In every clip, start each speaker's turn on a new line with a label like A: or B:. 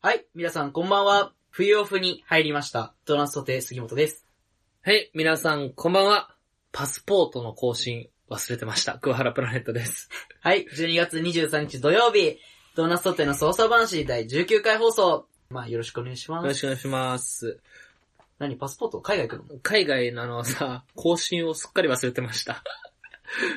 A: はい、皆さんこんばんは。冬オフに入りました。ドーナツソテー杉本です。
B: はい、皆さん、こんばんは。パスポートの更新、忘れてました。桑原プラネットです。
A: はい、12月23日土曜日、ドーナツソテーの操作話第19回放送。まあ、よろしくお願いし
B: よ
A: ま
B: ろ
A: す。
B: しくお願いします。
A: 何、パスポート海外行くの
B: 海外なのはさ、更新をすっかり忘れてました。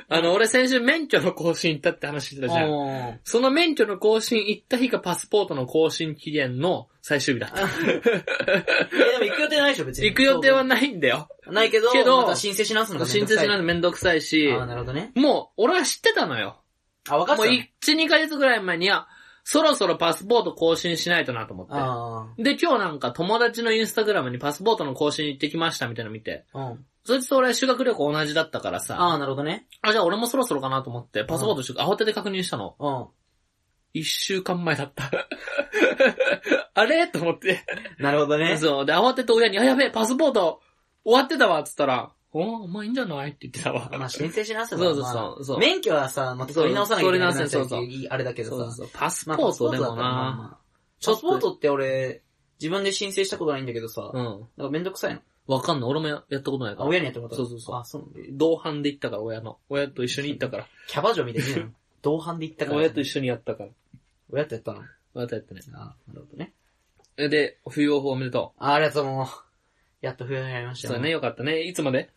B: あの、俺先週免許の更新行ったって話してたじゃ ん。
A: おー
B: その免許の更新行った日がパスポートの更新期限の最終日だった。
A: え、でも行く予定ないでしょ、別に。
B: 行く予定はないんだよ。
A: ないけど、
B: けど
A: また申請し直すのがめん
B: 申
A: どく
B: 請
A: さ
B: し
A: い。
B: ないとめんどくさいし、
A: ああ、なるほどね。
B: もう、俺は知ってたのよ。
A: あ、分かっ
B: もう
A: た。
B: 1、2ヶ月ぐらい前には、そろそろパスポート更新しないとなと思って。
A: あ
B: で、今日なんか友達のインスタグラムにパスポートの更新行ってきましたみたいなの見て。
A: あ、うん。
B: そいつと俺修学旅行同じだったからさ。
A: ああ、なるほどね。
B: あ、じゃあ俺もそろそろかなと思って、パスポートちょっと慌てて確認したの。
A: うん。
B: 一週間前だっ た。あれと思って。
A: なるほどね。
B: そう。で、慌てて親に、あ、やべえ、パスポート終わってたわっつったら、おまあいいんじゃないって言ってたわ。
A: まあ、申請し直すの
B: そ
A: は
B: うそう
A: まあ
B: そうそう。
A: 免許はさ、また取り直さなきゃいけないなっちゃうって
B: そう取
A: いうあれだけどさ。
B: そうそうそうパスポ
A: まあパ
B: ー
A: スポ
B: ト
A: ー
B: で
A: トだ
B: も
A: からまあま
B: な。
A: あパスポートって俺、自分で申請したことないんだけどさ、
B: うん。
A: なんかめんどくさいの。
B: わかんない。俺もややったことないか
A: あ、
B: ら。
A: 親にやってもらった
B: そうそうそう
A: あ、そうなんだ。
B: 同伴で行ったから、親の。親と一緒に行ったから。
A: キャバ嬢みたいに言 うの。同伴で行ったから。
B: 親と一緒にやったから。
A: 親とやったの。
B: またやってね。
A: あ、なるほどね。
B: で、冬オフおめでと
A: あありがとうもう。やっと冬になりま
B: う。
A: した
B: そう
A: よ。
B: だね、よかったね。いつまで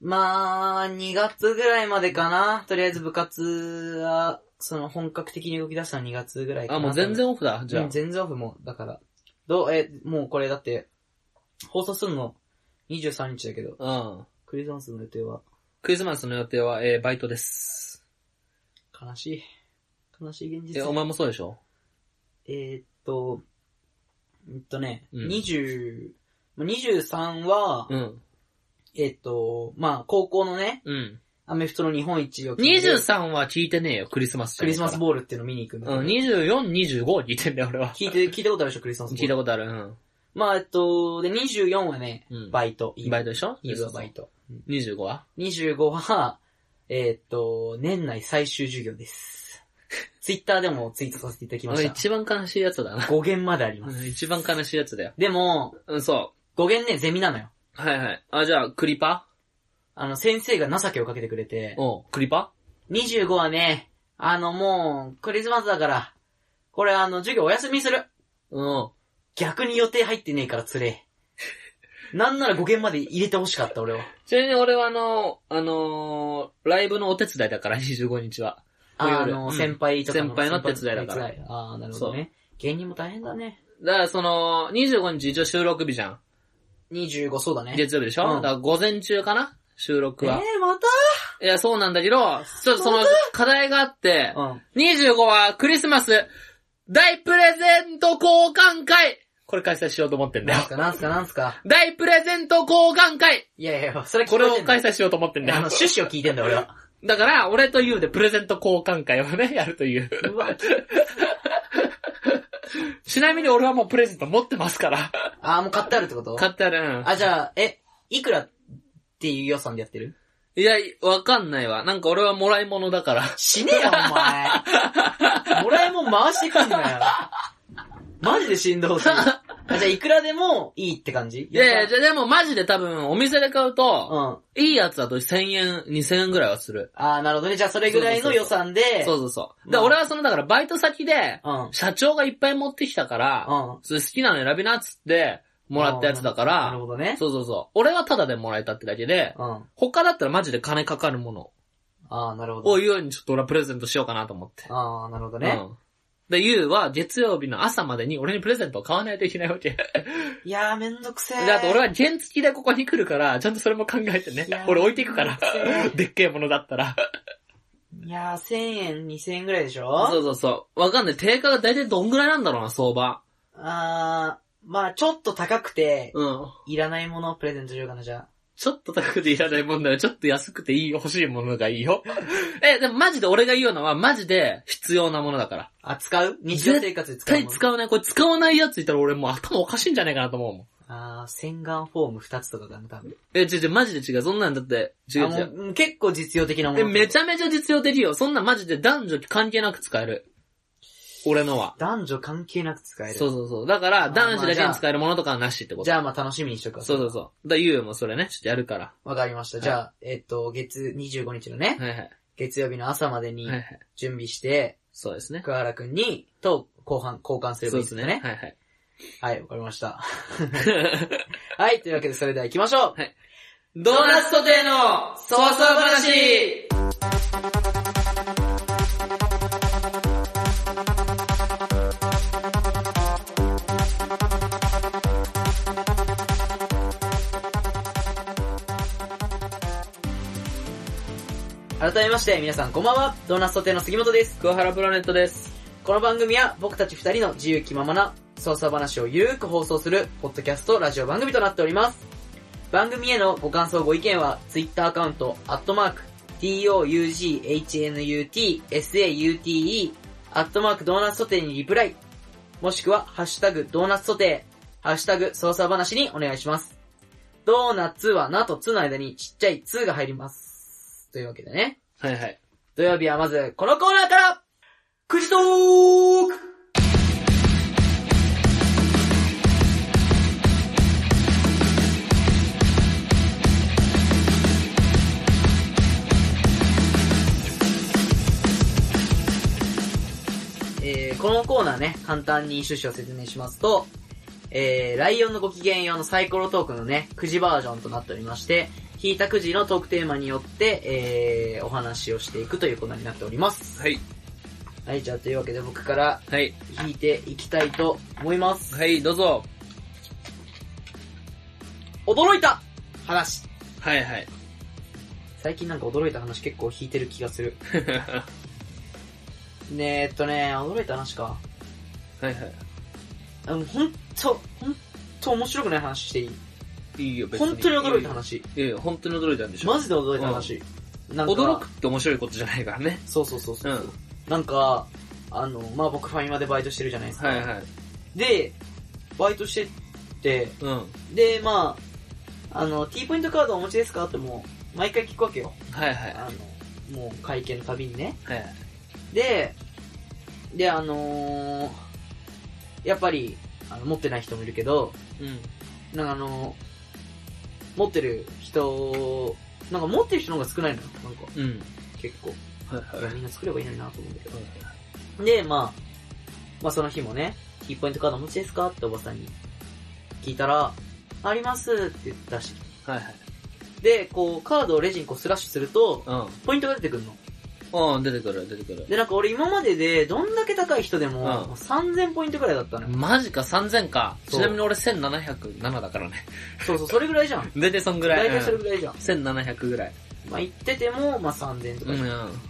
A: まあ、2月ぐらいまでかな。とりあえず部活は、その本格的に動き出したの2月ぐらいかな。
B: あ、もう全然オフだ、じ
A: じゃ
B: ゃ
A: あ。
B: あ。
A: 全然オフも、だから。どう、え、もうこれだって、放送するの23日だけど、
B: うん。
A: クリスマスの予定は
B: クリスマスの予定は、えー、バイトです。
A: 悲しい。悲しい現実。
B: え、お前もそうでしょ
A: えーっと、うんとね、
B: うん
A: 20、まあ23は、
B: うん。
A: えーっと、まあ、高校のね、
B: うん。
A: アメフトの日本一を決める
B: 23は聞いてねえよ、クリスマス。
A: クリスマスボールっていうの見に行くんだけ
B: う
A: ど
B: ん、24、25聞いてんだよ、俺は。
A: 聞いて、聞いたことあるでしょ、クリスマスボ
B: 聞
A: ー
B: いた
A: ル。
B: ことある。うん。
A: まあ、えっと、で、24はね、
B: うん
A: バイト。イブ
B: バイトでしょ
A: イブはバイ
B: ト。
A: ト。
B: 25は
A: 25は、えーっと、年内最終授業です。 ツイッターでもツイートさせていただきま
B: 俺
A: した。
B: 一番悲しいやつだな。
A: 語源まであり
B: う
A: ます。
B: ん一番悲しいやつだよ。
A: でも、
B: うん、そ
A: 語源ね、ゼミなのよ。
B: う。はいはい。あ、じゃあ、クリパ
A: あの、先生が情けをかけてくれて、
B: おうクリパ
A: 25はね、あのもう、クリスマスだから、これあの、授業お休みする。
B: うん。
A: 逆に予定入ってねえからつれ え。なんなら語源まで入れてほしかった、俺は。
B: ちなみに俺はあの、あのーライブのお手伝いだから、25日は。
A: あ
B: 夜
A: あの、
B: うん
A: 先輩とか
B: 先輩の手伝いだから
A: 先輩の手伝いああ、なるほどね。芸人も大変だね。
B: だからその、25日一応収録日じゃん。
A: 25、そうだね。
B: 月曜日でしょ、
A: うん
B: だから午前中かな収録は、
A: えー、また
B: いや、そうなんだけど、ちょっとその課題があって、
A: うん。
B: 25はクリスマス大プレゼント交換会これ開催しようと思ってんだ
A: なん
B: よ
A: す。か、なんすか、なんすか。
B: 大プレゼント交換会
A: いやいや、それ聞
B: こ
A: こ
B: れ
A: え
B: を
A: てん
B: 開
A: だ
B: 催しようと思ってんだ
A: あの、
B: よ。
A: 趣旨を聞いてんだよ、俺は。
B: だから、俺とユうでプレゼント交換会をね、やると いう。
A: うわ、
B: ちなみに俺はもうプレゼント持ってますから。
A: あー、もう買ってあるってこと
B: 買ってある。うん
A: あ、じゃあ、え、いくらっていう予算でやってる
B: いや、わかんないわ。なんか俺はもらい物だから。
A: 死ねよ、お前。もらいもん回してくんなよ。マジで振動する。あ、じゃあ、いくらでもいいって感じ
B: いやいや、
A: 予算
B: じゃでもマジで多分お店で買うと、
A: うん。
B: いいやつだと1000円、2000円ぐらいはする。
A: あー、なるほどね。じゃあ、それぐらいの予算で。
B: そ
A: う
B: うそうそう。だから俺はその、だからバイト先で、
A: ん。
B: 社長がいっぱい持ってきたから、
A: うん。
B: それ好きなの選びなっつって、もらったやつだか
A: なる
B: ら、
A: ほどね。
B: そうそうそう。俺はタダでもらえたってだけで、
A: うん。
B: 他だったらマジで金かかるもの
A: あー、なるほ
B: を
A: ど。
B: 言うようにちょっと俺はプレゼントしようかなと思って。
A: あー、なるほどね。
B: うん。で、ゆうは月曜日の朝までに俺にプレゼントを買わないといけないわけ。
A: いやー、めんどくせー。
B: で、あと俺は原付きでここに来るから、ちゃんとそれも考えてね
A: いや。ー
B: 俺置いていくから
A: そう。
B: でっけえものだったら。
A: いやー、1000円、2000円ぐらいでしょ
B: そうそうそう。わかんない。定価が大体どんぐらいなんだろうな、相場。
A: あー、まあちょっと高くて、
B: うん。
A: いらないものをプレゼントしようかな、じゃ
B: ちょっと高くていらないもんだよ。ちょっと安くていい、欲しいものがいい よ。え、でもマジで俺が言うのは、マジで必要なものだから。
A: あ。あ、使う日常生活で
B: 絶
A: 使う
B: 対
A: もの。
B: 使わない。これ使わないやついたら俺もう頭おかしいんじゃないかなと思うもん。
A: あー、洗顔フォーム2つとかかな、多分。
B: え、違う違う、マジで違う。そんなんだって、違う
A: あも
B: 違う。
A: ううん結構実用的なも
B: え、
A: の。
B: めちゃめちゃ実用的よ。そんなんマジで男女関係なく使える。俺のは。
A: 男女関係なく使える。
B: そうそうそう。だから、
A: あ
B: 男子だけ
A: まあ
B: に使えるものとかはなしってこと。
A: じゃあまあ楽しみにしとくわ。
B: そうそうそう。だ、ゆうもそれね、ちょっとやるから。
A: わかりました。じゃあ、えっと、月25日のね、
B: はいはい。
A: 月曜日の朝までに
B: はいはい。
A: 準備して、
B: そうですね。
A: 桑原くんに、と、後半、交換すれば
B: そ
A: いうい
B: で
A: ですす
B: ね。
A: ね。
B: はいはい。
A: はい、わかりま した。はい、というわけでそれでは行きましょう。
B: ドーナツとてのそうそう話
A: 改めまして、皆さんこんばんは。ドーナツとての杉本です。
B: 桑原プラネットです。
A: この番組は僕たち二人の自由気ままな操作話をゆるーく放送するポッドキャストラジオ番組となっております。番組へのご感想ご意見は Twitter アカウント、アットマーク、d-o-u-g-h-n-u-t、s-a-u-t-e、アットマークドーナツソテーにリプライ、もしくはハッシュタグドーナツソテー、ハッシュタグ操作話にお願いします。ドーナツはなとつの間にちっちゃいつが入ります。というわけでね。
B: はいはい。
A: 土曜日はまず、このコーナーから、くじトークえーこのコーナーね、簡単に趣旨を説明しますと、えー、ライオンのご機嫌用のサイコロトークのね、くじバージョンとなっておりまして、引いたくじのトークテーマによって、えー、お話をしていくというコーナーになっております。
B: はい。
A: はい、じゃあというわけで僕から
B: はい。
A: 引いていきたいと思います。
B: はい、どうぞ。
A: 驚いた話
B: はい はい。
A: 最近なんか驚いた話結構引いてる気がする。ねええっとね、驚いた話か。
B: はいは
A: あの、ほんと、ほんと面白くない話していい
B: い。いいよ、別に。
A: 本当に驚いた。話。
B: いやいや、本当に驚いたんでしょ。
A: マジで驚いた話。なんか
B: 驚くって面白いことじゃないからね。
A: そうそうそう
B: う
A: そ
B: ん。
A: う。
B: は
A: なんか、あの、まあ僕ファミマでバイトしてるじゃないですか。
B: いはい。
A: で、バイトしてって、
B: うん。
A: で、まああの、T ポイントカードお持ちですかってもう、毎回聞くわけよ。
B: はいはい。
A: あの、もう会見のたびにね。
B: はいはい。
A: で、で、あのーやっぱり、あの持ってない人もいるけど、
B: うん。
A: なんかあの持ってる人、なんか持ってる人の方が少ないのよ。なんか、
B: うん。
A: 結構。
B: はいはい
A: や、みんな作ればいいのになと思うんだけど。
B: い。
A: で、まあ、まあその日もね、キーポイントカードお持ちですかっておばさんに聞いたら、ありますって出してき
B: はいはい。
A: てで、こう、カードをレジにこうスラッシュすると、
B: うん。
A: ポイントが出てくるの。
B: うん、出てくる、出てくる。
A: で、なんか俺今までで、どんだけ高い人でも、
B: うん
A: もう3000ポイントくらいだったのよ。
B: マジか、3000か。
A: そ
B: ち
A: う
B: なみに俺1707だからね。
A: そうそう、それぐらいじゃん。
B: 大体そんぐら
A: 大
B: い。
A: 体それぐらいじゃん。
B: うん1700ぐらい。
A: まあ行ってても、まあ3000と
B: う
A: かじゃん。
B: ん。うん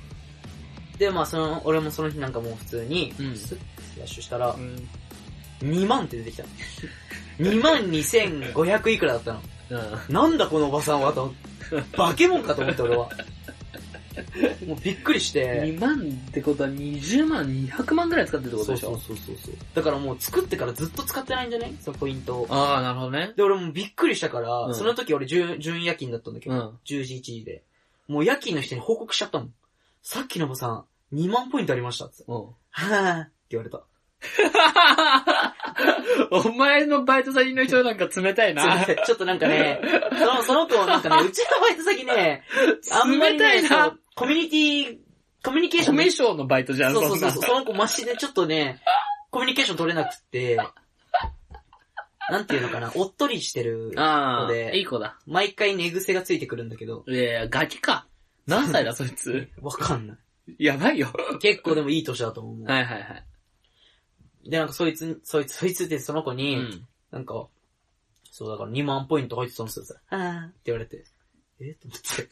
A: で、まあその、俺もその日なんかもう普通に、ス
B: う
A: ッ
B: ん
A: てスラッシュしたら、2万って出てきたの。2万2500いくらだったの。
B: うん。
A: なんだこのおばさんはと思って、バケモンかと思って俺は。もうびっくりして。
B: 2万ってことは20万、200万ぐらい使ってるってことでしょ
A: そうそうそうそう。だからもう作ってからずっと使ってないんじゃないそのポイントを。
B: ああ、なるほどね。
A: で、俺もうびっくりしたから、
B: うん
A: その時俺準準夜勤だったんだけ
B: う
A: ど、
B: ん。
A: 10時1時で。もう夜勤の人に報告しちゃったもん。さっきのおばさん、2万ポイントありましたっつって。
B: うん。
A: はぁーって言われた。
B: お前のバイト先の人なんか冷たいな。
A: ちょっとなんかね、その、その子なんかね、うちのバイト先ね、あんまり
B: 冷た
A: ね、
B: い
A: そ
B: な。
A: うコミュニティ、コミュニケーション
B: 米賞のバイトじゃん、
A: そうそうそうそう。
B: ん
A: その子マシでちょっとね、コミュニケーション取れなくって、なんていうのかな、おっとりしてる
B: な。。
A: 子
B: ああ、
A: で
B: いい子だ。
A: 毎回寝癖がついてくるんだけど、
B: いやいや、ガキか。何歳だ、そい つ。
A: わかんない。
B: やばいよ。
A: 結構でもいい年だと思う。
B: はいはいはい。
A: で、なんかそいつ、そいつ、そいつってその子
B: う
A: に、
B: ん。
A: なんか、そうだから2万ポイント入ってたんですよ。あーって言われて。えと思って。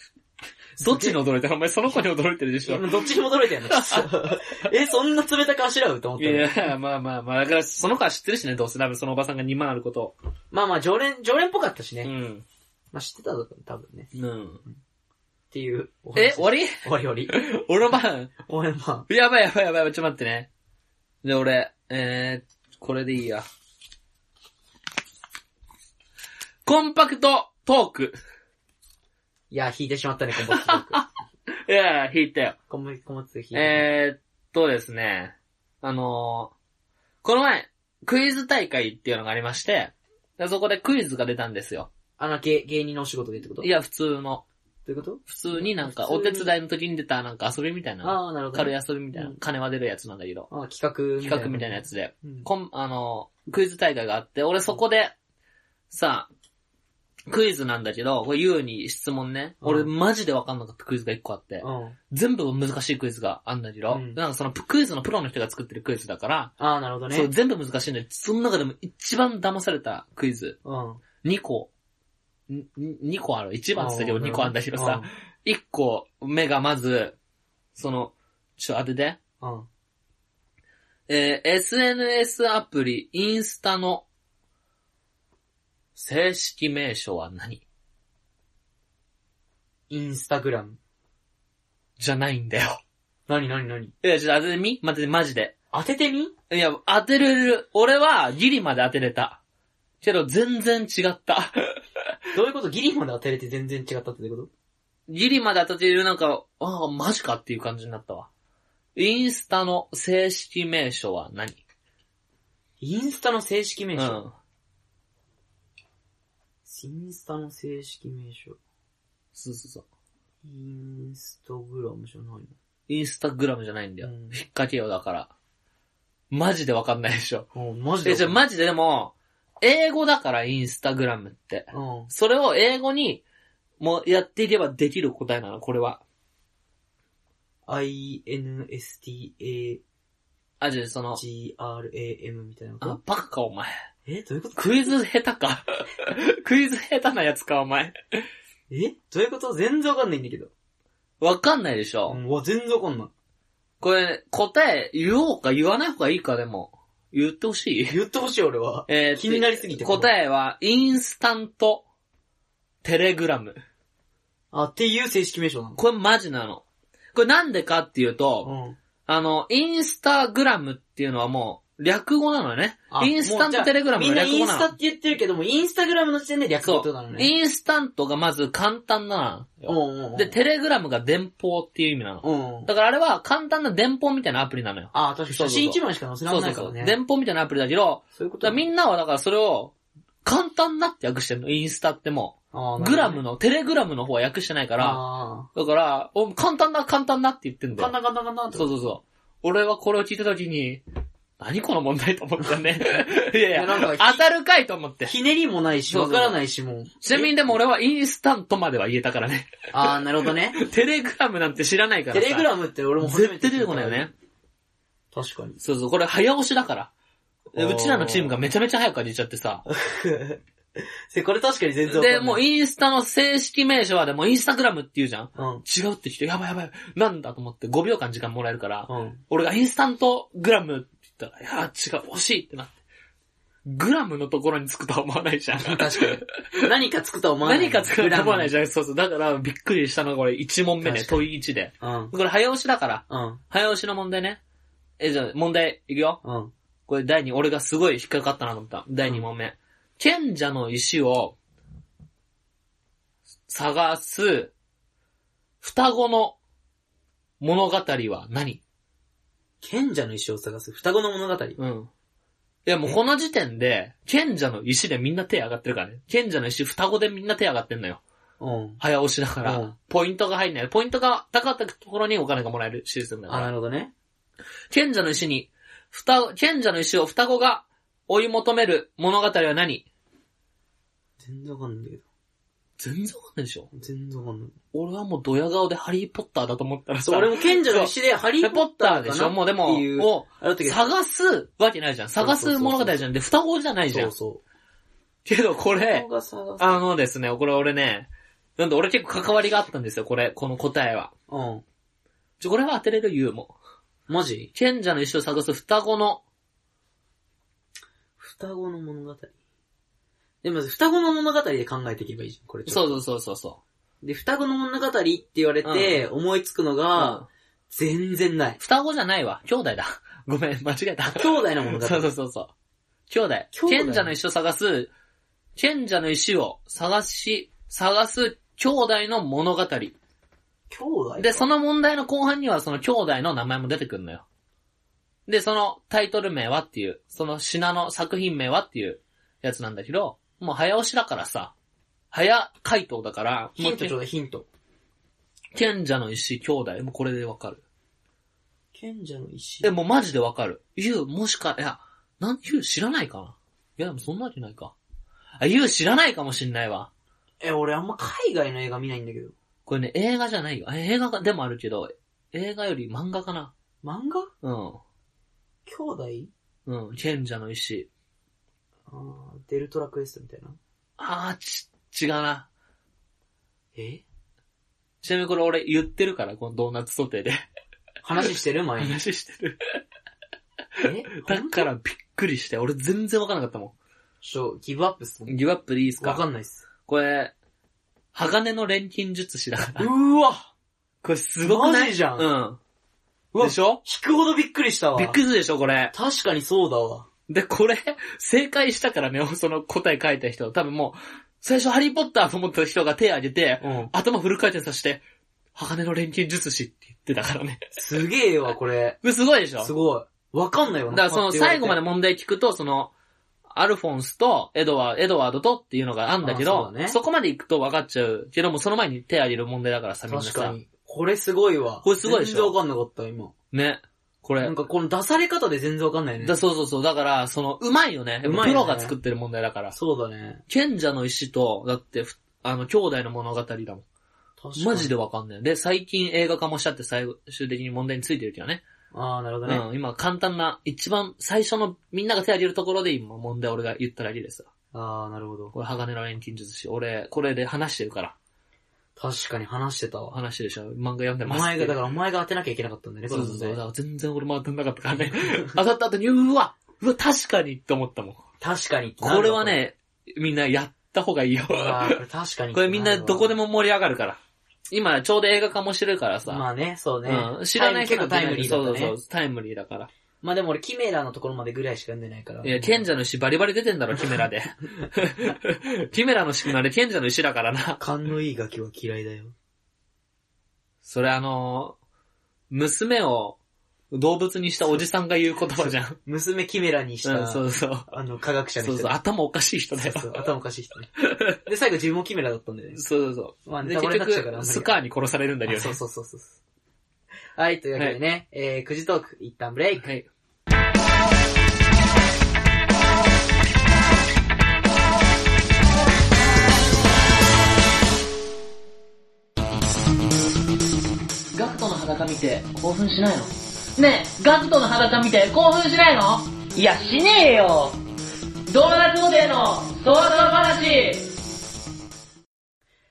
B: どっちに驚いたのお前その子に驚いてるでし
A: いや
B: ょ。
A: もうどっちにも驚いたよ ね。ちょっとえ、そんな冷たくあしらうと思っ
B: い
A: たの。
B: や、まあまあまあ、だからその子は知ってるしね、どうせ多分そのおばさんが2万あることを。
A: まあまあ、常連、常連っぽかったしね。
B: うん。
A: まあ知ってただろう多分ね。
B: うん。
A: っていうお話
B: え、終わり
A: 終わり終わり。
B: 俺の番。
A: 俺ま
B: やばいやばいやばい、ちょっと待ってね。で、俺、えー、これでいいや。コンパクトトーク。
A: あ、いや、引いてしま ったね、コンボツ。
B: いや、引いたよ。
A: コンボツ引いて。
B: えーっとですね。あのーこの前、クイズ大会っていうのがありまして、でそこでクイズが出たんですよ。
A: あの、芸、芸人のお仕事でってこと
B: いや、普通の、
A: ということ
B: 普通になんか、
A: 普
B: お
A: 通に
B: 手伝いの時に出たなんか遊びみたいな、
A: ああ、なるほど
B: 軽
A: ね。
B: い遊びみたいな
A: うん、
B: 金は出るやつなんだけど、
A: ああ、企画
B: 企画みたいなやつで、
A: うん。
B: こん、あのークイズ大会があって、俺そこで、さ、クイズなんだけど、これ優に質問ね。
A: うん
B: 俺マジでわかんなかったクイズが一個あって。
A: うん。
B: 全部難しいクイズがあんだけど、
A: うん
B: なんかそのクイズのプロの人が作ってるクイズだから、
A: ああ、なるほどね。
B: そう、全部難しいんで、その中でも一番騙されたクイズ、
A: うん。
B: 2個、ん2個ある。一番っつったけど2個あんだけどさ、1個目がまず、その、ちょっと当てて、
A: うん。うん。
B: えー SNS アプリ、インスタの、正式名称は何
A: インスタグラム。
B: じゃないんだよ。
A: なになになに
B: いや、ちょっと当ててみ待って、マジで。
A: 当ててみ
B: いや、当てれる。俺は、ギリまで当てれた。けど、全然違った。
A: どういうことギリまで当てれて全然違ったってこと
B: ギリまで当ててる、なんか、ああ、マジかっていう感じになったわ。インスタの正式名称は何
A: インスタの正式名
B: う
A: 称。
B: ん。
A: インスタの正式名称。
B: そうそうそう。
A: インスタグラムじゃない
B: インスタグラムじゃないんだ
A: う
B: よ。
A: ん
B: 引っ掛けようだから。マジでわかんないでしょ。
A: の。うん、マジで。
B: え、じゃあマジででも、英語だからインスタグラムって。
A: うん。
B: それを英語に、もうやっていけばできる答えなの、これは。
A: INSTAGRAM
B: あ、じゃあその、
A: みたいなこ
B: あ
A: と、
B: バカかお前。
A: えどういうこと
B: クイズ下手か。 クイズ下手なやつか、お前。
A: えどういうこと全然わかんないんだけど。
B: わかんないでしょ、
A: うん、うわ、全然わかんない。
B: これ、答え言おうか言わない方がいいか、でも。言ってほしい
A: 言ってほしい俺は。
B: えー
A: 気になりすぎて
B: 答えは、インスタント、テレグラム。
A: あ、っていう正式名称なの
B: これマジなの。これなんでかっていうと、
A: うん。
B: あの、インスタグラムっていうのはもう、略語なのね。
A: あ
B: インスタントテレグラム
A: も
B: の
A: うじゃあ
B: 略
A: みんなイ
B: 語
A: ン
B: な
A: ス
B: の
A: タって言ってるけども、インスタグラムの時点で略語ってことなのね。
B: インスタントがまず簡単なのよ。
A: うんうんうん
B: で、テレグラムが電報っていう意味なの。
A: うんうん。
B: だからあれは簡単な電報みたいなアプリなのよ。
A: あ、確かに
B: そうそうそ
A: 写
B: う
A: 真一枚しか載せら
B: そ
A: れ
B: うそ
A: な
B: う
A: いか
B: そ
A: ら
B: う。
A: ね。
B: 電報みたいなアプリだけど、
A: そういうこ
B: だから
A: と
B: み
A: な。
B: んなはだからそれを、簡単なって訳してんの、インスタっても
A: あ
B: う。
A: ー
B: グラムの、テレグラムの方は訳してないか。
A: なる
B: ら、
A: ほ
B: だから、お簡単だ、簡単だって言ってん
A: どねあー
B: だよ
A: 簡。単簡単簡単って
B: そうそうそう。俺はこれを聞いた時に、何この問題と思っ たね。いやい
A: いやな
B: や
A: んか、
B: 当たるかいと思って。
A: ひねりもないし、わ
B: そうそうそ
A: か
B: う
A: らないし、もう。
B: ちなみにでも俺はインスタントまでは言えたからね。
A: あー、なるほどね。
B: テレグラムなんて知らないから
A: テ
B: さ。
A: レグラムって俺も初め
B: 絶対出てこないよね。。
A: 確かに。
B: そうそう、これ早押しだから。
A: あー
B: うちらのチームがめちゃめちゃ早く感じちゃっ てさ。
A: せ、これ確かに全然わかんな
B: で、
A: い。
B: もうインスタの正式名称はでもインスタグラムって言うじゃん
A: うん。
B: 違うって人、やばいやばい、なんだと思って5秒間時間もらえるから、
A: うん。
B: 俺がインスタントグラムって言ったら、いやー違う、惜しいってなって。グラムのところにつくとは思わないじゃん。
A: 確かに。何か作ったお前。
B: 何かつくとは思わない
A: じ
B: じゃん。そうそう。だから、びっくりしたのがこれ1問目ね、
A: 確か
B: 問い1で。
A: ゃん。うん。
B: これ早押しだから、
A: うん。
B: 早押しの問題ね。え、じゃあ問題いくよ。
A: うん。
B: これ第2、俺がすごい引っかかったなと思った。第2問目。賢者の石を探す双子の物語は何
A: 賢者の石を探す双子の物語。
B: うん。いやもうこの時点で、賢者の石でみんな手上がってるからね。賢者の石双子でみんな手上がってんのよ。
A: うん。
B: 早押しだか
A: う
B: ら
A: ん、
B: ポイントが入んない。ポイントが高かったところにお金がもらえるシステムだか
A: あ、
B: ら
A: な。るほどね。
B: 賢者の石に、双子、賢者の石を双子が追い求める物語は何
A: 全然わかんないんだけど。
B: 全然わかんないでしょ
A: 全然わかんない。
B: 俺はもうドヤ顔でハリーポッターだと思ったらさ、
A: そう、俺も賢者の石でハリ
B: ハリ
A: ー
B: ー
A: ポ
B: ポ
A: ッ
B: ッ
A: タ
B: タ
A: ー
B: ーで
A: か
B: し
A: な
B: ょもうで
A: っ
B: も
A: てい、う
B: も
A: あれだったけ
B: う、
A: ど
B: 探すわけないじゃん。探す物語じゃん。で、双子じゃないじゃ
A: そう。
B: ん
A: そ
B: けどこ
A: う。
B: れ、
A: が探す。
B: あのですね、これ俺ね、なんで俺結構関わりがあったんですよ、これ、この答えは。
A: うん。
B: ちょ、これは当てれる言うも。
A: マジ
B: 賢者の石を探す双子の、
A: 双子の物語。で、まず双子の物語で考えていけばいいじゃん、これ。
B: そう
A: う。
B: そうそうそうそ
A: で、双子の物語って言われて、思いつくの
B: う。
A: が、
B: うん
A: 全然ない。
B: 双子じゃないわ。兄弟だ。 ごめん、間違えた。
A: 兄弟の物語。
B: そうそうそうそう。兄弟。
A: 兄弟
B: 賢者の石を探す、賢者の石を探し、探す兄弟の物語。
A: 兄弟
B: で、その問題の後半にはその兄弟の名前も出てくるのよ。で、そのタイトル名はっていう、その品の作品名はっていうやつなんだけど、もう早押しだからさ、早回答だから、
A: ヒントちょう
B: もう
A: だい、ヒント。
B: 賢者の石兄弟、もうこれでわかる。
A: 賢者の石。
B: え、もうマジでわかる。ゆう、もしか、いや、なん、ゆう知らないかないや、でもそんなわけないか。あ、ゆう知らないかもしんないわ。
A: え、俺あんま海外の映画見ないんだけど。
B: これね、映画じゃないよ。あ映画がでもあるけど、映画より漫画かな。
A: 漫画
B: う
A: 兄
B: ん。うん。賢者の石。
A: 弟あーデルトラクエストみたいな。
B: あー、ち、違うな。
A: え
B: ちなみにこれ俺言ってるから、このドーナツソテーで
A: 話してる 前に。
B: 話してる。
A: え
B: だからびっくりして、俺全然わかんなかったも
A: ちょ、ギブアップっすもん
B: ん。ギブアップでいいです
A: わか
B: か
A: んないっす。
B: これ、鋼の錬金術師だか
A: う
B: ら。
A: ーわ
B: これすごくない
A: マジじゃん
B: うん。
A: うわ
B: でしょ
A: 引くほどびっくりしたわ。
B: びっくりするでしょ、これ。
A: 確かにそうだわ。
B: で、これ、正解したからね、その答え書いた人、多分もう、最初ハリーポッターと思った人が手挙げて、
A: うん。
B: 頭フル回転させて、鋼の錬金術師って言ってたからね。
A: すげえわ、これ。
B: これすごいでしょ
A: すごい。わかんないわ。
B: だからその最後まで
A: も
B: 問題聞くと、その、アルフォンスとエドワー、エドワードとっていうのがあるんだけ
A: あそ
B: ど、
A: う
B: そ
A: だね
B: こまで行くと分かっちゃうけど、もうその前に手挙げる問題だからさ、みんな
A: 確か
B: さ。
A: に。これすごいわ。
B: これすごいでしょ
A: 全然わかんなかった、今。
B: ね。これ
A: なん。かこの出され方で全然わかんないね。
B: だそうそうそう。だから、その、うまいよね。やっ
A: う
B: ぱ
A: まいよね
B: プロが作ってる問題だから。
A: そうだね。
B: 賢者の石と、だってふ、あの、兄弟の物語だもん。
A: 確かに。
B: マジで。わかんない。で、最近映画化もしちゃって最終的に問題についてるけどね。
A: あー、なるほどね。
B: うん、今簡単な、一番最初のみんなが手挙げるところで今問題俺が言っただけですわ
A: あー、なるほど。
B: これ鋼の錬金術師。俺、これで話してるから。
A: 確かに話してたわ。
B: 話してるでしょ。漫画読んで
A: お
B: ます。
A: 前が、だからお前が当てなきゃいけなかったんだよね、
B: そうそうそう。
A: こ
B: だ
A: の
B: か
A: 問
B: ら全然俺も当たんなかったからね。 当たった後に、うわうわ、確かにって思ったもん。
A: 題確かに。
B: これは、ね、みんなやった方がいいよ。
A: うわーこれ確かに。
B: これみんなどこで
A: も。
B: も盛り上がるから。今ちょうど映画化もしてるからさ。
A: まあね、そうね。
B: うん、知らない人
A: 結構タイムリーだったね。
B: そうそうそう、タイムリーだから。
A: まあでも俺、キメラのところまでぐらいしか読んでないから。
B: いや、賢者の石バリバリ出てんだろ、キメラで。 キメラの石まで賢者の石だからな。
A: 勘のいいガキは嫌いだよ。
B: それあのー娘を動物にしたおじさんが言う言葉じゃ ん。
A: 娘キメラにし
B: うん、そ
A: た、
B: うそう。
A: あの、科学者の
B: そ
A: 人
B: うそう、頭おかしい人だよ。
A: そうそう頭おかしい人ね。で、最後自分もキメラだったんだよね。
B: そうそう
A: ま
B: そ
A: あ、
B: う。
A: ネ
B: で、
A: タバ
B: 結
A: レになっちゃうからあんま
B: 局、
A: り
B: スカーに殺されるんだよ
A: あ
B: ね。
A: そうそうそうそうそう。はい、というわけでね、えー、くじトーク、一旦ブレイク。
B: はい。ガクトの裸見て興奮しないのねえ、ガクトの裸見て興奮しないのいや、しねえよドーナツモデルのドーナツ話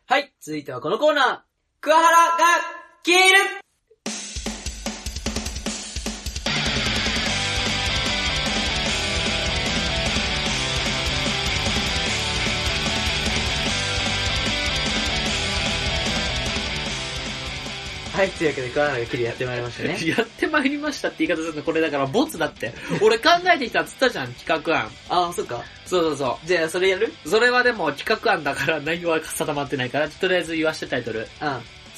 A: はい、続いてはこのコーナー、桑原が消えるはい、というわけで桑原が切りやってまいりました ね。
B: やってまいりましたって言い方するのこれだからボツだって。俺考えてきたっつったじゃん、企画案。
A: ああ、そっか。
B: そうそうそう。
A: じゃあ、それやるうん。
B: それはでも企画案だから内容は定まってないから、とりあえず言わしてタイトル。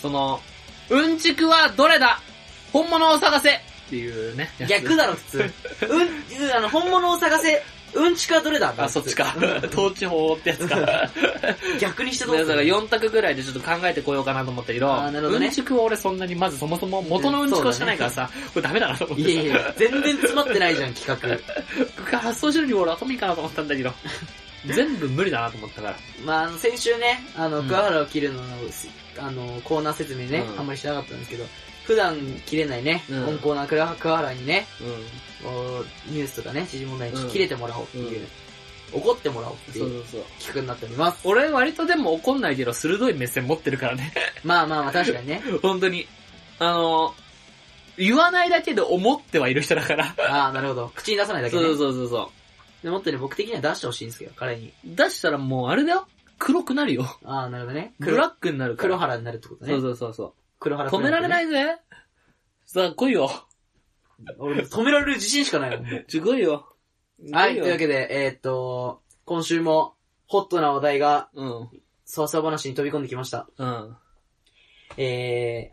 B: その、うんちくはどれだ本物を探せっていうね。やつ
A: 逆だろ、普通。うん、うんあの、本物を探せ、うんちくはどれだ
B: あ、そっちか
A: うん。
B: 統治法ってやつか。だ
A: 逆にしてどう
B: か
A: す
B: ら
A: る
B: 4択ぐらいでちょっと考えてこようかなと思ったけど、
A: あーなるほどね
B: うんちくは俺そんなにまずそもそも元のうんちくをしてないからさ、これダメだなと思っ
A: い
B: て
A: や
B: さ。
A: いや、全然詰まってないじゃん、企画。
B: 僕が発想してるに俺頭いいかなと思ったん だけど、全部無理だなと思ったから。
A: まあ、あの、先週ね、あの、
B: うん
A: 桑原を切るのの、すあの、コーナー説明ね、
B: うん
A: あんまりしなかったんですけど、普段切れないね、
B: うん
A: 温厚な桑原にね、
B: うん。
A: こうニュースとかね、知事問題に
B: うん
A: 切れてもらおうっていう、怒ってもらおうって
B: そう
A: いう
B: そうそう。
A: 企画になっております。
B: 俺割とでも怒んないけど鋭い目線持ってるからね。
A: まあまあまあ、確かにね。
B: 本当に。あの、言わないだけで思ってはいる人だから。
A: ああ、なるほど。口に出さないだけ
B: そう
A: ね。
B: そうそうそう。
A: でもっとね、僕的には出してほしいんですけど、彼に。
B: 出したらもうあれだよ。黒くなるよ。
A: ああ、なるほどね。
B: ブラッ
A: 黒、
B: クになるから。
A: 黒原になるってことね。
B: そうそうそうそ
A: 黒原。
B: う。止められないいぜ。さあ、来いよ。
A: 俺、止められる自信しかないもん。
B: すごいよ。
A: は
B: 来
A: い、
B: よ
A: というわけで、えーっと、今週も、ホットな話題が、
B: うん。
A: 操作話に飛び込んできました。
B: うん。
A: え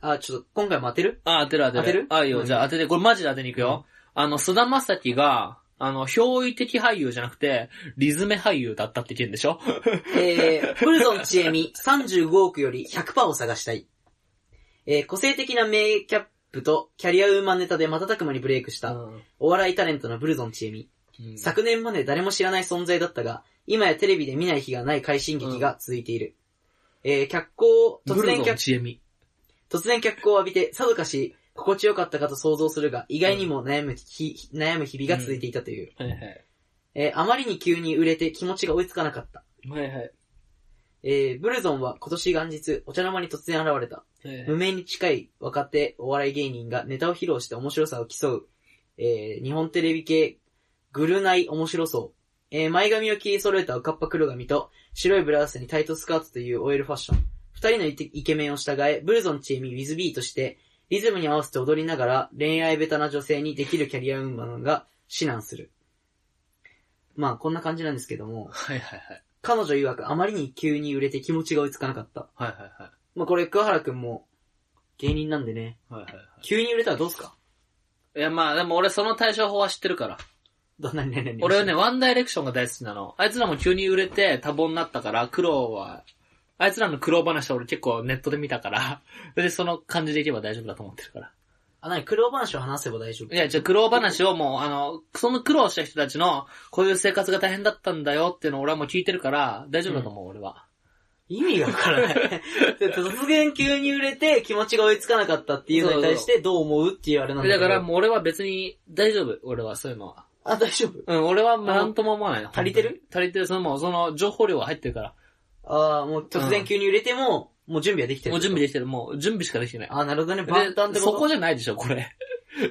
A: あ、ちょっと、今回も当てる
B: あ、当てる当てる。
A: 当てる
B: あ、いいよ。じゃあ当てて、これマジで当てに行くよ。あの、菅田将暉が、あの、憑依的俳優じゃなくて、リズメ俳優だったって言ってんでしょ
A: えー、プルゾンちえみ35億より100%を探したい。えー、個性的な名キャップとキャリアウーマンネタで瞬く間にブレイクした、お笑いタレントのブルゾンちえみ。
B: うん
A: 昨年まで誰も知らない存在だったが、今やテレビで見ない日がない快進撃が続いている。えー、脚光を、突
B: ブル
A: 然
B: ゾン
A: 脚、
B: ちえみ。
A: 突然脚光を浴びて、さぞかし、心地よかったかと想像するが、意外にも悩む日、悩む日々が続いていたという。
B: はいはい。
A: えーあまりに急に売れて気持ちが追いつかなかった。
B: はいはい。
A: えー、ブルゾンは今年元日、お茶の間に突然現れた。無名に近い若手お笑い芸人がネタを披露して面白さを競う、えー、日本テレビ系、ぐるない面白そう。えー、前髪を切り揃えたおかっぱ黒髪と、白いブラウスにタイトスカートというオイルファッション。二人のイテイケメンを従え、ブルゾンチエミウィズビーとして、リズムに合わせて踊りながら、恋愛ベタな女性にできるキャリアウーマンが指南する。まあ、こんな感じなんですけども、
B: はいはいはい。
A: 彼女曰くあまりに急に売れて気持ちが追いつかなかった。
B: はいはいはい。
A: まあこれ、桑原くんも芸人なんでね、
B: はいはいは
A: 急に売れたらどうすか
B: い。いやまあでも俺その対処法は知ってるから。
A: どんなにねね
B: 俺はね、、ワンダイレクションが大好きなの。あいつらも急に売れて多忙になったから、苦労は、あいつらの苦労話は俺結構ネットで見たから、 で、その感じでいけば大丈夫だと思ってるから。
A: あ、なに、苦労話を話せば大丈夫
B: い。や、じゃあ苦労話をもう、あの、その苦労した人たちの、こういう生活が大変だったんだよっていうのを俺はもう聞いてるから、大丈夫だと思う、俺は。
A: 意味がわ からない。で突然急に売れて気持ちが追いつかなかったっていうのに対してどう思うっていうあれなんだ
B: で
A: けど。
B: だからもう俺は別に、大丈夫、俺はそういうのは。
A: あ、大丈夫。
B: うん、俺はなんとも思わない。
A: 足りてる
B: 足りてる、そのもう、その、情報量が入ってるから。
A: ああ、もう突然急に売れても、もう準備はできてる。
B: もう準備できてる、もう準備しかできてない。
A: あ、なるほどね、万端っ
B: で、
A: て
B: そ
A: こと
B: こじゃないでしょ、これ。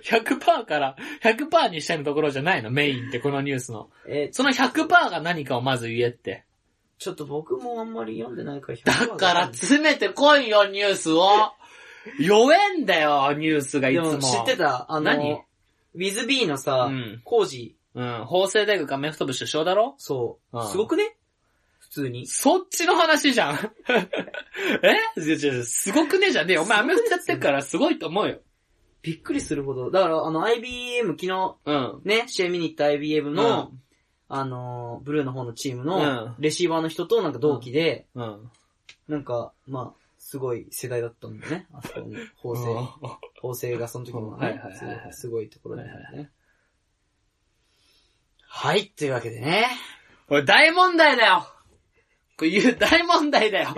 B: 100%から100%にしたいのところじゃないの、メインって、このニュースの。
A: えー
B: その100%が何かをまず言えって。
A: ちょっと僕もあんまり読んでないから
B: だ
A: 100%
B: から、詰めてこいよ、ニュースを弱えんだよ、ニュースがい
A: で
B: つも。
A: も知ってたあの、
B: 何
A: ウィズビーの
B: う
A: さ、
B: ん。
A: 工事、
B: うん。法政大学アメフト部首相だろ
A: そう、
B: うん
A: すごくね普通に。
B: そっちの話じゃん。 え違う違う違うすごくねじゃねえよ。お前アメフトやってるからすごいと思うよ。
A: びっくりするほど。だから、あの、IBM、昨日
B: うん。
A: ね、試合見に行った IBM の、
B: の、
A: あのー、ブルーの方のチーム
B: う
A: の
B: ん、
A: レシーバーの人となんか同期で、
B: うん。
A: なんか、まあ、すごい世代だったんだよね。あそこの、法政。法政がその時も
B: はい
A: ね
B: はいはいは、い
A: すごいところだったんだよね。はい、というわけでね。
B: これ大問題だよこれ言う大問題だよ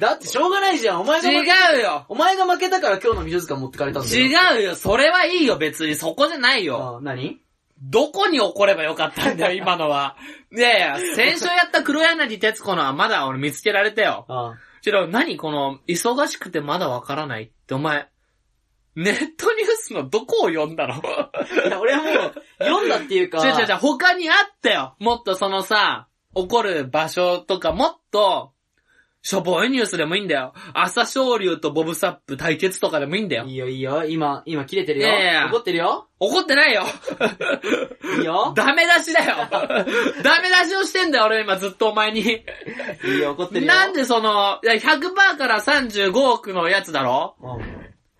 A: だってしょうがないじゃん、お前が負け。
B: 違うよ
A: お前が負けたから今日の美女図鑑持ってかれたんだよ。う
B: 違うよそれはいいよ別にそこじゃないよ
A: あ何
B: どこに怒ればよかった んだよ今のは。いやいや、先週やった黒柳徹子のはまだ俺見つけられたよ。
A: あ
B: ちろ、何この、忙しくてまだわからないってお前、ネットニュースのどこを読ん だの
A: いや、俺はもう、読んだっていう か、
B: 違う違う違う、他にあったよもっとそのさ、怒る場所とかもっと、しょぼいニュースでもいいんだよ。朝昇龍とボブサップ対決とかでもいいんだよ
A: い。いよいいよ、今、今切れてるよ。
B: いやいや
A: 怒ってるよ。
B: 怒ってないよ
A: いいよ。
B: ダメ出し だ よダメ出しをしてんだよ、俺今ずっとお前に。
A: いいよ、怒ってるよ。
B: なんでその、いや100%から35億のやつだろ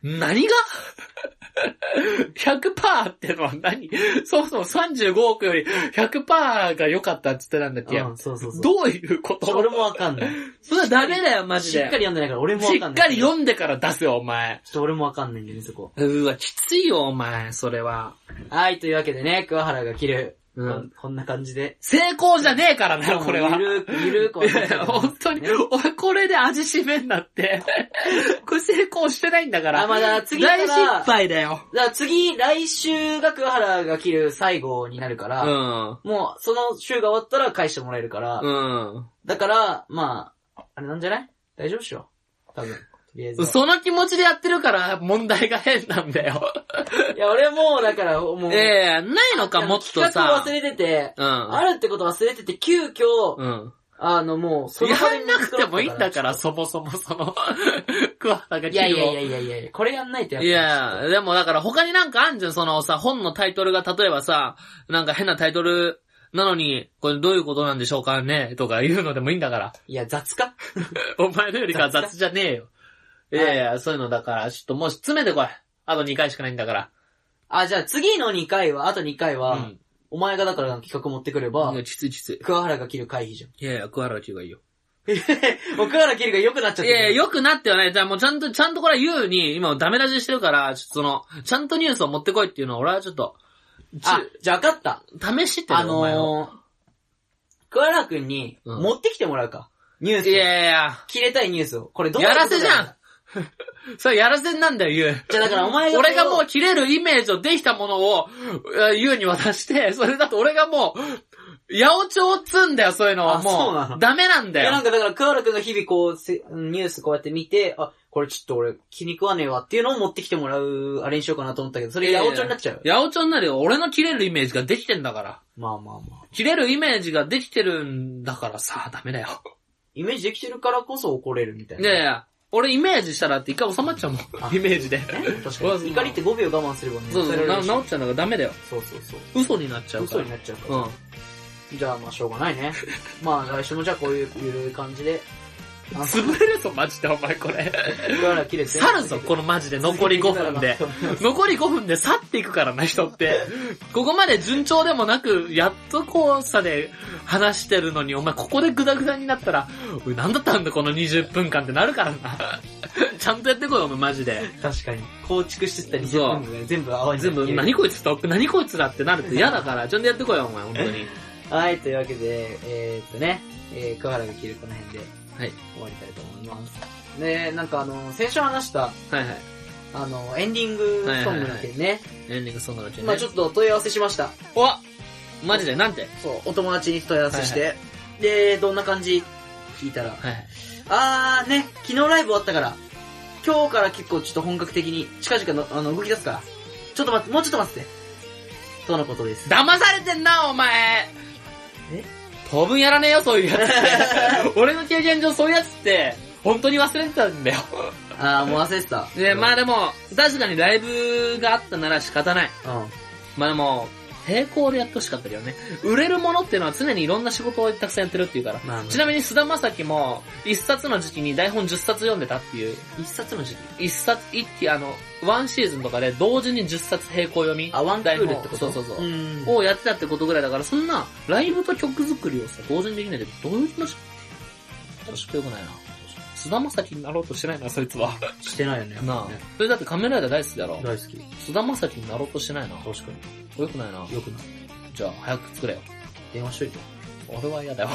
A: うん
B: 何が ?100% ってのは何そもそも35億より100%が良かったっつってたんだっけ、
A: うん、そうそうそう。
B: どういうこ
A: 俺
B: と
A: もわかんない。
B: それはダメだよ、マジ
A: しっ
B: で
A: か。り読んでないから、俺もわ
B: し
A: か
B: っ
A: んない。
B: かり読んでから出せよ、お前。
A: ちょっと俺もわかんないんだよね、そこ。
B: うわ、きついよ、お前、それは。
A: はい、というわけでね、桑原が切る。
B: う
A: こ
B: ん
A: ん。こんな感じで。
B: 成功じゃねえからな、これ
A: ゆ
B: は。
A: るく、ゆるく
B: いやいや 本当に、お前これで味しめんなって。 これ成功してないんだから。
A: あまだ次から
B: 大失敗だよ。
A: じゃあ次、来週が桑原が切る最後になるか
B: う
A: ら、
B: ん。
A: もう、その週が終わったら返してもらえるから、
B: うん。
A: だから、まあ、あれなんじゃない大丈夫っしょ。多分。とりあえずは。
B: その気持ちでやってるから問題が変なんだよ。
A: いや、俺もう、だから、もう、
B: ええないのか、もっと
A: 企画を
B: さ
A: 忘。れてて、
B: うん。
A: あるってこと忘れてて、急遽、
B: うん。
A: あの、もう、その場で
B: やんなくてもいいんだから、そもそもその、 桑原が
A: いやいやい
B: や
A: やいやいやいや、これやんないとやっ
B: いや、でもだから他になんかあんじゃん、そのさ、本のタイトルが例えばさ、なんか変なタイトルなのに、これどういうことなんでしょう かね、とか言うのでもいいんだから。
A: いや、雑か
B: お前のよりか雑じゃねえよ。いやいや、そういうのだから、ちょっともう詰めてこい。あと2回しかないんだから。
A: あ、じゃあ次の2回は、あと2回は、
B: うん。
A: お前がだから企画持ってくれば
B: いや、、きついきつい。
A: 桑原が切る会議じゃん。
B: いやいや、桑原中がいいよ。
A: もう桑原切るが良くなっちゃっ
B: い
A: てる
B: やいや、良くなってはない。じゃあもうちゃんと、ちゃんとこれは言うに、今ダメ出ししてるから、ちょっとその、ちゃんとニュースを持ってこいっていうのは俺はちょっと、ち
A: あ、じゃあ分かった。
B: 試しってる
A: あ
B: お前を。
A: のー、桑原くんに、
B: うん
A: 持ってきてもらうか。ニュース
B: い。やいやいや、
A: 切れたいニュースを。これどういう
B: や
A: ことだ
B: ら
A: よ
B: せじゃんそれやらせなんだよ、言う。
A: じゃあだからお前が。
B: 俺がもう切れるイメージをできたものを、えーユウに渡して、 それだと俺がもう、八百長っつんだよ、そういうのは
A: あそうな
B: も
A: の
B: う。ダメなんだ
A: いや
B: よ。
A: なんかだから、桑原くんが日々こうせ、ニュースこうやって見て、あ、これちょっと俺気に食わねえわっていうのを持ってきてもらう、あれにしようかなと思ったけど、それ八百長になっちゃう。
B: 八百長になるよ。俺の切れるイメージができてんだから。
A: まあまあまあ。
B: 切れるイメージができてるんだからさ、ダメだよ。
A: イメージできてるからこそ怒れるみたい
B: い
A: な。
B: やいや、俺イメージしたらって一回収まっちゃうもん。イメージで。
A: 確かに。怒りって5秒我慢すればね。
B: そう
A: 抑
B: そ
A: えられ
B: う、な
A: るし
B: 治っちゃうんだからダメだよ。
A: そうそうそう。
B: 嘘になっちゃうか
A: 嘘
B: ら
A: に。なっちゃうから。
B: うん。
A: じゃあまあしょうがないね。 まあ来週もじゃあこういうゆるい感じで。あ
B: 潰れるぞ、マジで、お前これ。
A: 桑原切れて。
B: 去るぞ、このマジで、残り5分 で。残り5分で去っていくからな、人って。ここまで順調でもなく、やっとこうさで話してるのに、お前ここでグダグダになったら、おいなんだったんだ、この20分間ってなるからな。 ちゃんとやってこいよ、お前マジで。
A: 確かに。構築してったり
B: そう
A: 全部泡になっ
B: 全
A: て
B: 部、何こいつと、何こいつだってなるって嫌だから、ちゃんとやってこいよ、お前、本当に。
A: はい、というわけで、えー、っとね、えー、桑原が切るこの辺で
B: はい。
A: 終わりたいと思います。で、なんかあの、先週話した、
B: はいはい。
A: あの、エンディングソングの件ね、
B: エンディングソングの件
A: ま
B: ね
A: あちょ。っと問い合わせしました。
B: うわマジで、なんて
A: そう、お友達に問い合わせして、
B: は
A: で、どんな感じ聞いたら、
B: はいはい。
A: あーね、昨日ライブ終わったから、今日から結構ちょっと本格的に近々のあの動き出すから、ちょっと待って、もうちょっと待ってて。とのことです。
B: 騙されてんな、お前
A: え
B: 当分やらねえよ、そういうやつ って。俺の経験上そういうやつって、本当に忘れてたんだよ。
A: あー、 もう忘れてた。
B: で、まあ
A: だ。
B: でも、確かにライブがあったなら仕方ない。
A: うん。
B: まあでも、並行でやってほしかったけどね。売れるものっていうのは常にいろんな仕事をたくさんやってるっていうから。
A: まあね
B: ちなみに菅田将暉も、一冊の時期に台本10冊読んでたっていう。
A: 一冊の時期
B: 一冊、一期、あの、ワンシーズンとかで同時に10冊並行読み。
A: あ、ワンクールってこと
B: そうそうそう。
A: ん
B: をやってたってことぐらいだから、そんな、ライブと曲作りをさ、同時にできないで、どういう気持ち楽しくよくないな。菅田将暉になろうとしてないな、そいつは。
A: してないよね。
B: なあ
A: ね。
B: それだって仮面ライダー大好きだろ。
A: 大好き。
B: 菅田将暉になろうとしてないな。こ
A: 確か
B: れよくないな
A: に。。よくない。
B: じゃあ、早く作れよ。
A: 電話しといて。
B: 俺は嫌だよ。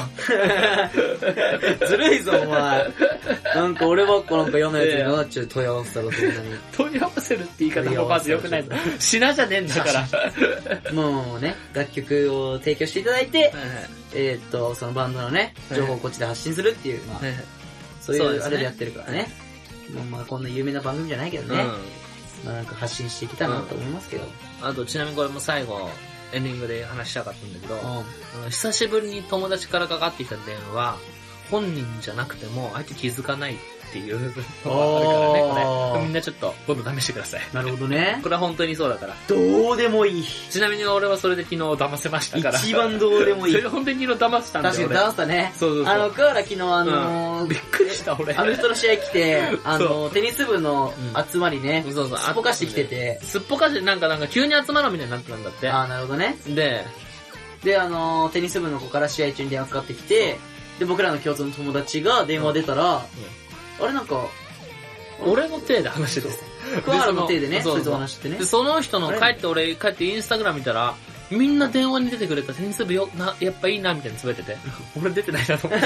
A: ずるいぞ、お前。 なんか俺ばっかなんか嫌なやつになっちゃう問い合わせたらそんなに。
B: 問い合わせるって言い方もまず良くないぞ。品じゃねえん だから。
A: もうね、楽曲を提供していただいて、えーっと、そのバンドのね、
B: はい
A: 情報をこっちで発信するっていう、まあ、そう
B: そう
A: い
B: で
A: う
B: すね
A: あれでやってるからね。もうまあこんな有名な番組じゃないけどね、まあなんか発信していけたらなと思いますけど。
B: あと、ちなみにこれも最後、エンディングで話したかったんだけど、
A: うん
B: あの久しぶりに友達からかかってきた電話、本人じゃなくても相手気づかないっていうのがあるからね、こ
A: あー
B: れ。みんなちょっと今度試してください。
A: なるほどね。
B: これは本当にそうだから。
A: どうでもいい。
B: ちなみに俺はそれで昨日騙せましたから。
A: 一番どうでも いい
B: それで本当に昨日騙したんだ
A: 確か
B: よ
A: に
B: 俺。
A: ダンスだね。
B: そうそうそう
A: あの、桑原昨日あのー
B: びっくりした俺。
A: アメフトの試合来て、あの、テニス部の
B: うん
A: 集まりね、
B: そうそう。
A: すっぽかしてきてて。
B: すっぽかして、なんかなんか急に集まろうみたいになってたんだって
A: あ。あ、なるほどね。
B: で、
A: で、あの、テニス部の子から試合中に電話かかってきて、で、僕らの共通の友達が電話出たら、あれなんか、
B: 俺の手で話してた。
A: 桑原の手でね、
B: そ
A: そういつお話ししてね
B: で、。その人の
A: あれ
B: 帰って俺、帰ってインスタグラム見たら、みんな電話に出てくれたテニス部よ、な、やっぱいいな、みたいにつぶれてて。 俺出てないなと思っ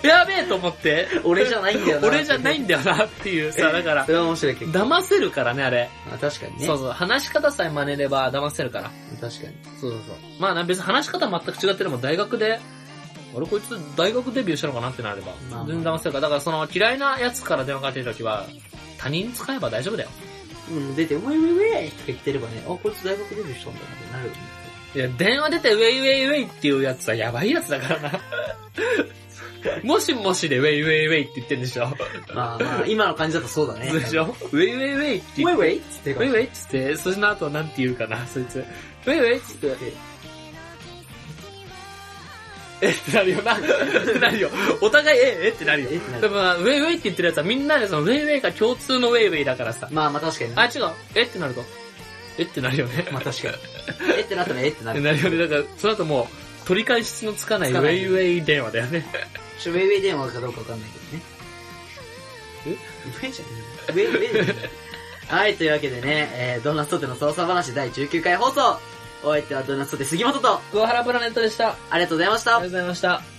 B: て。 やべえと思って。
A: 俺じゃないんだよな
B: 俺じゃないんだよなっていうさ、だから
A: そ、れは面白いけど。
B: 騙せるからね、あれ。
A: あ確かにね。
B: そうそう、話し方さえ真似れば騙せるから。
A: 確かに。
B: そうそうそう。まあな、別に話し方全く違ってでも大学で、俺こいつ大学デビューしたのかなってなれば
A: まあまあ、
B: 全然騙せるから。だからその嫌いなやつから電話かかってるときは、他人使えば大丈夫だよ。
A: うん、出て、ウェイウェイウェイとか言ってればね、あ、こいつ大学デビューしたんだなってなるよね。
B: いや、電話出てウェイウェイウェイっていうやつはやばいやつだから な。もしもしでウェイウェイウェイって言ってんでしょ。
A: まあまあ、今の感じだとそうだね。
B: そうでしょウェイウェイウェイって
A: ウェ
B: 言
A: イウェイ
B: って。
A: っつって
B: ウェイウェイっつって、その後なんて言うかな、そいつ。ウェイウェイっつって。えってなるよな。ってなるよ。お互いえええってなるよ
A: えってな。る
B: でもまあ、ウェイウェイって言ってるやつはみんなでそのウェイウェイが共通のウェイウェイだからさ。
A: まあまあ確かにね。
B: あ、違う。えってなると。えってなるよね。
A: まあ確かに。 えってなったらえってな
B: って
A: る。
B: なるよね。だから、その後もう、取り返しのつかない
A: つ
B: ウ
A: かな
B: ェ
A: い
B: イウェイ電話だよね。
A: ちょ、ウェイウェイ電話かどうかわかんないけどね。えウェイじゃねえウェイウェイじゃねえはい、というわけでね、えー、ドーナツソテの操作話第19回放送お相手はドーナツソテ杉本と、
B: 桑原プラネットでした。あり
A: ありがとうございました
B: がとうございました。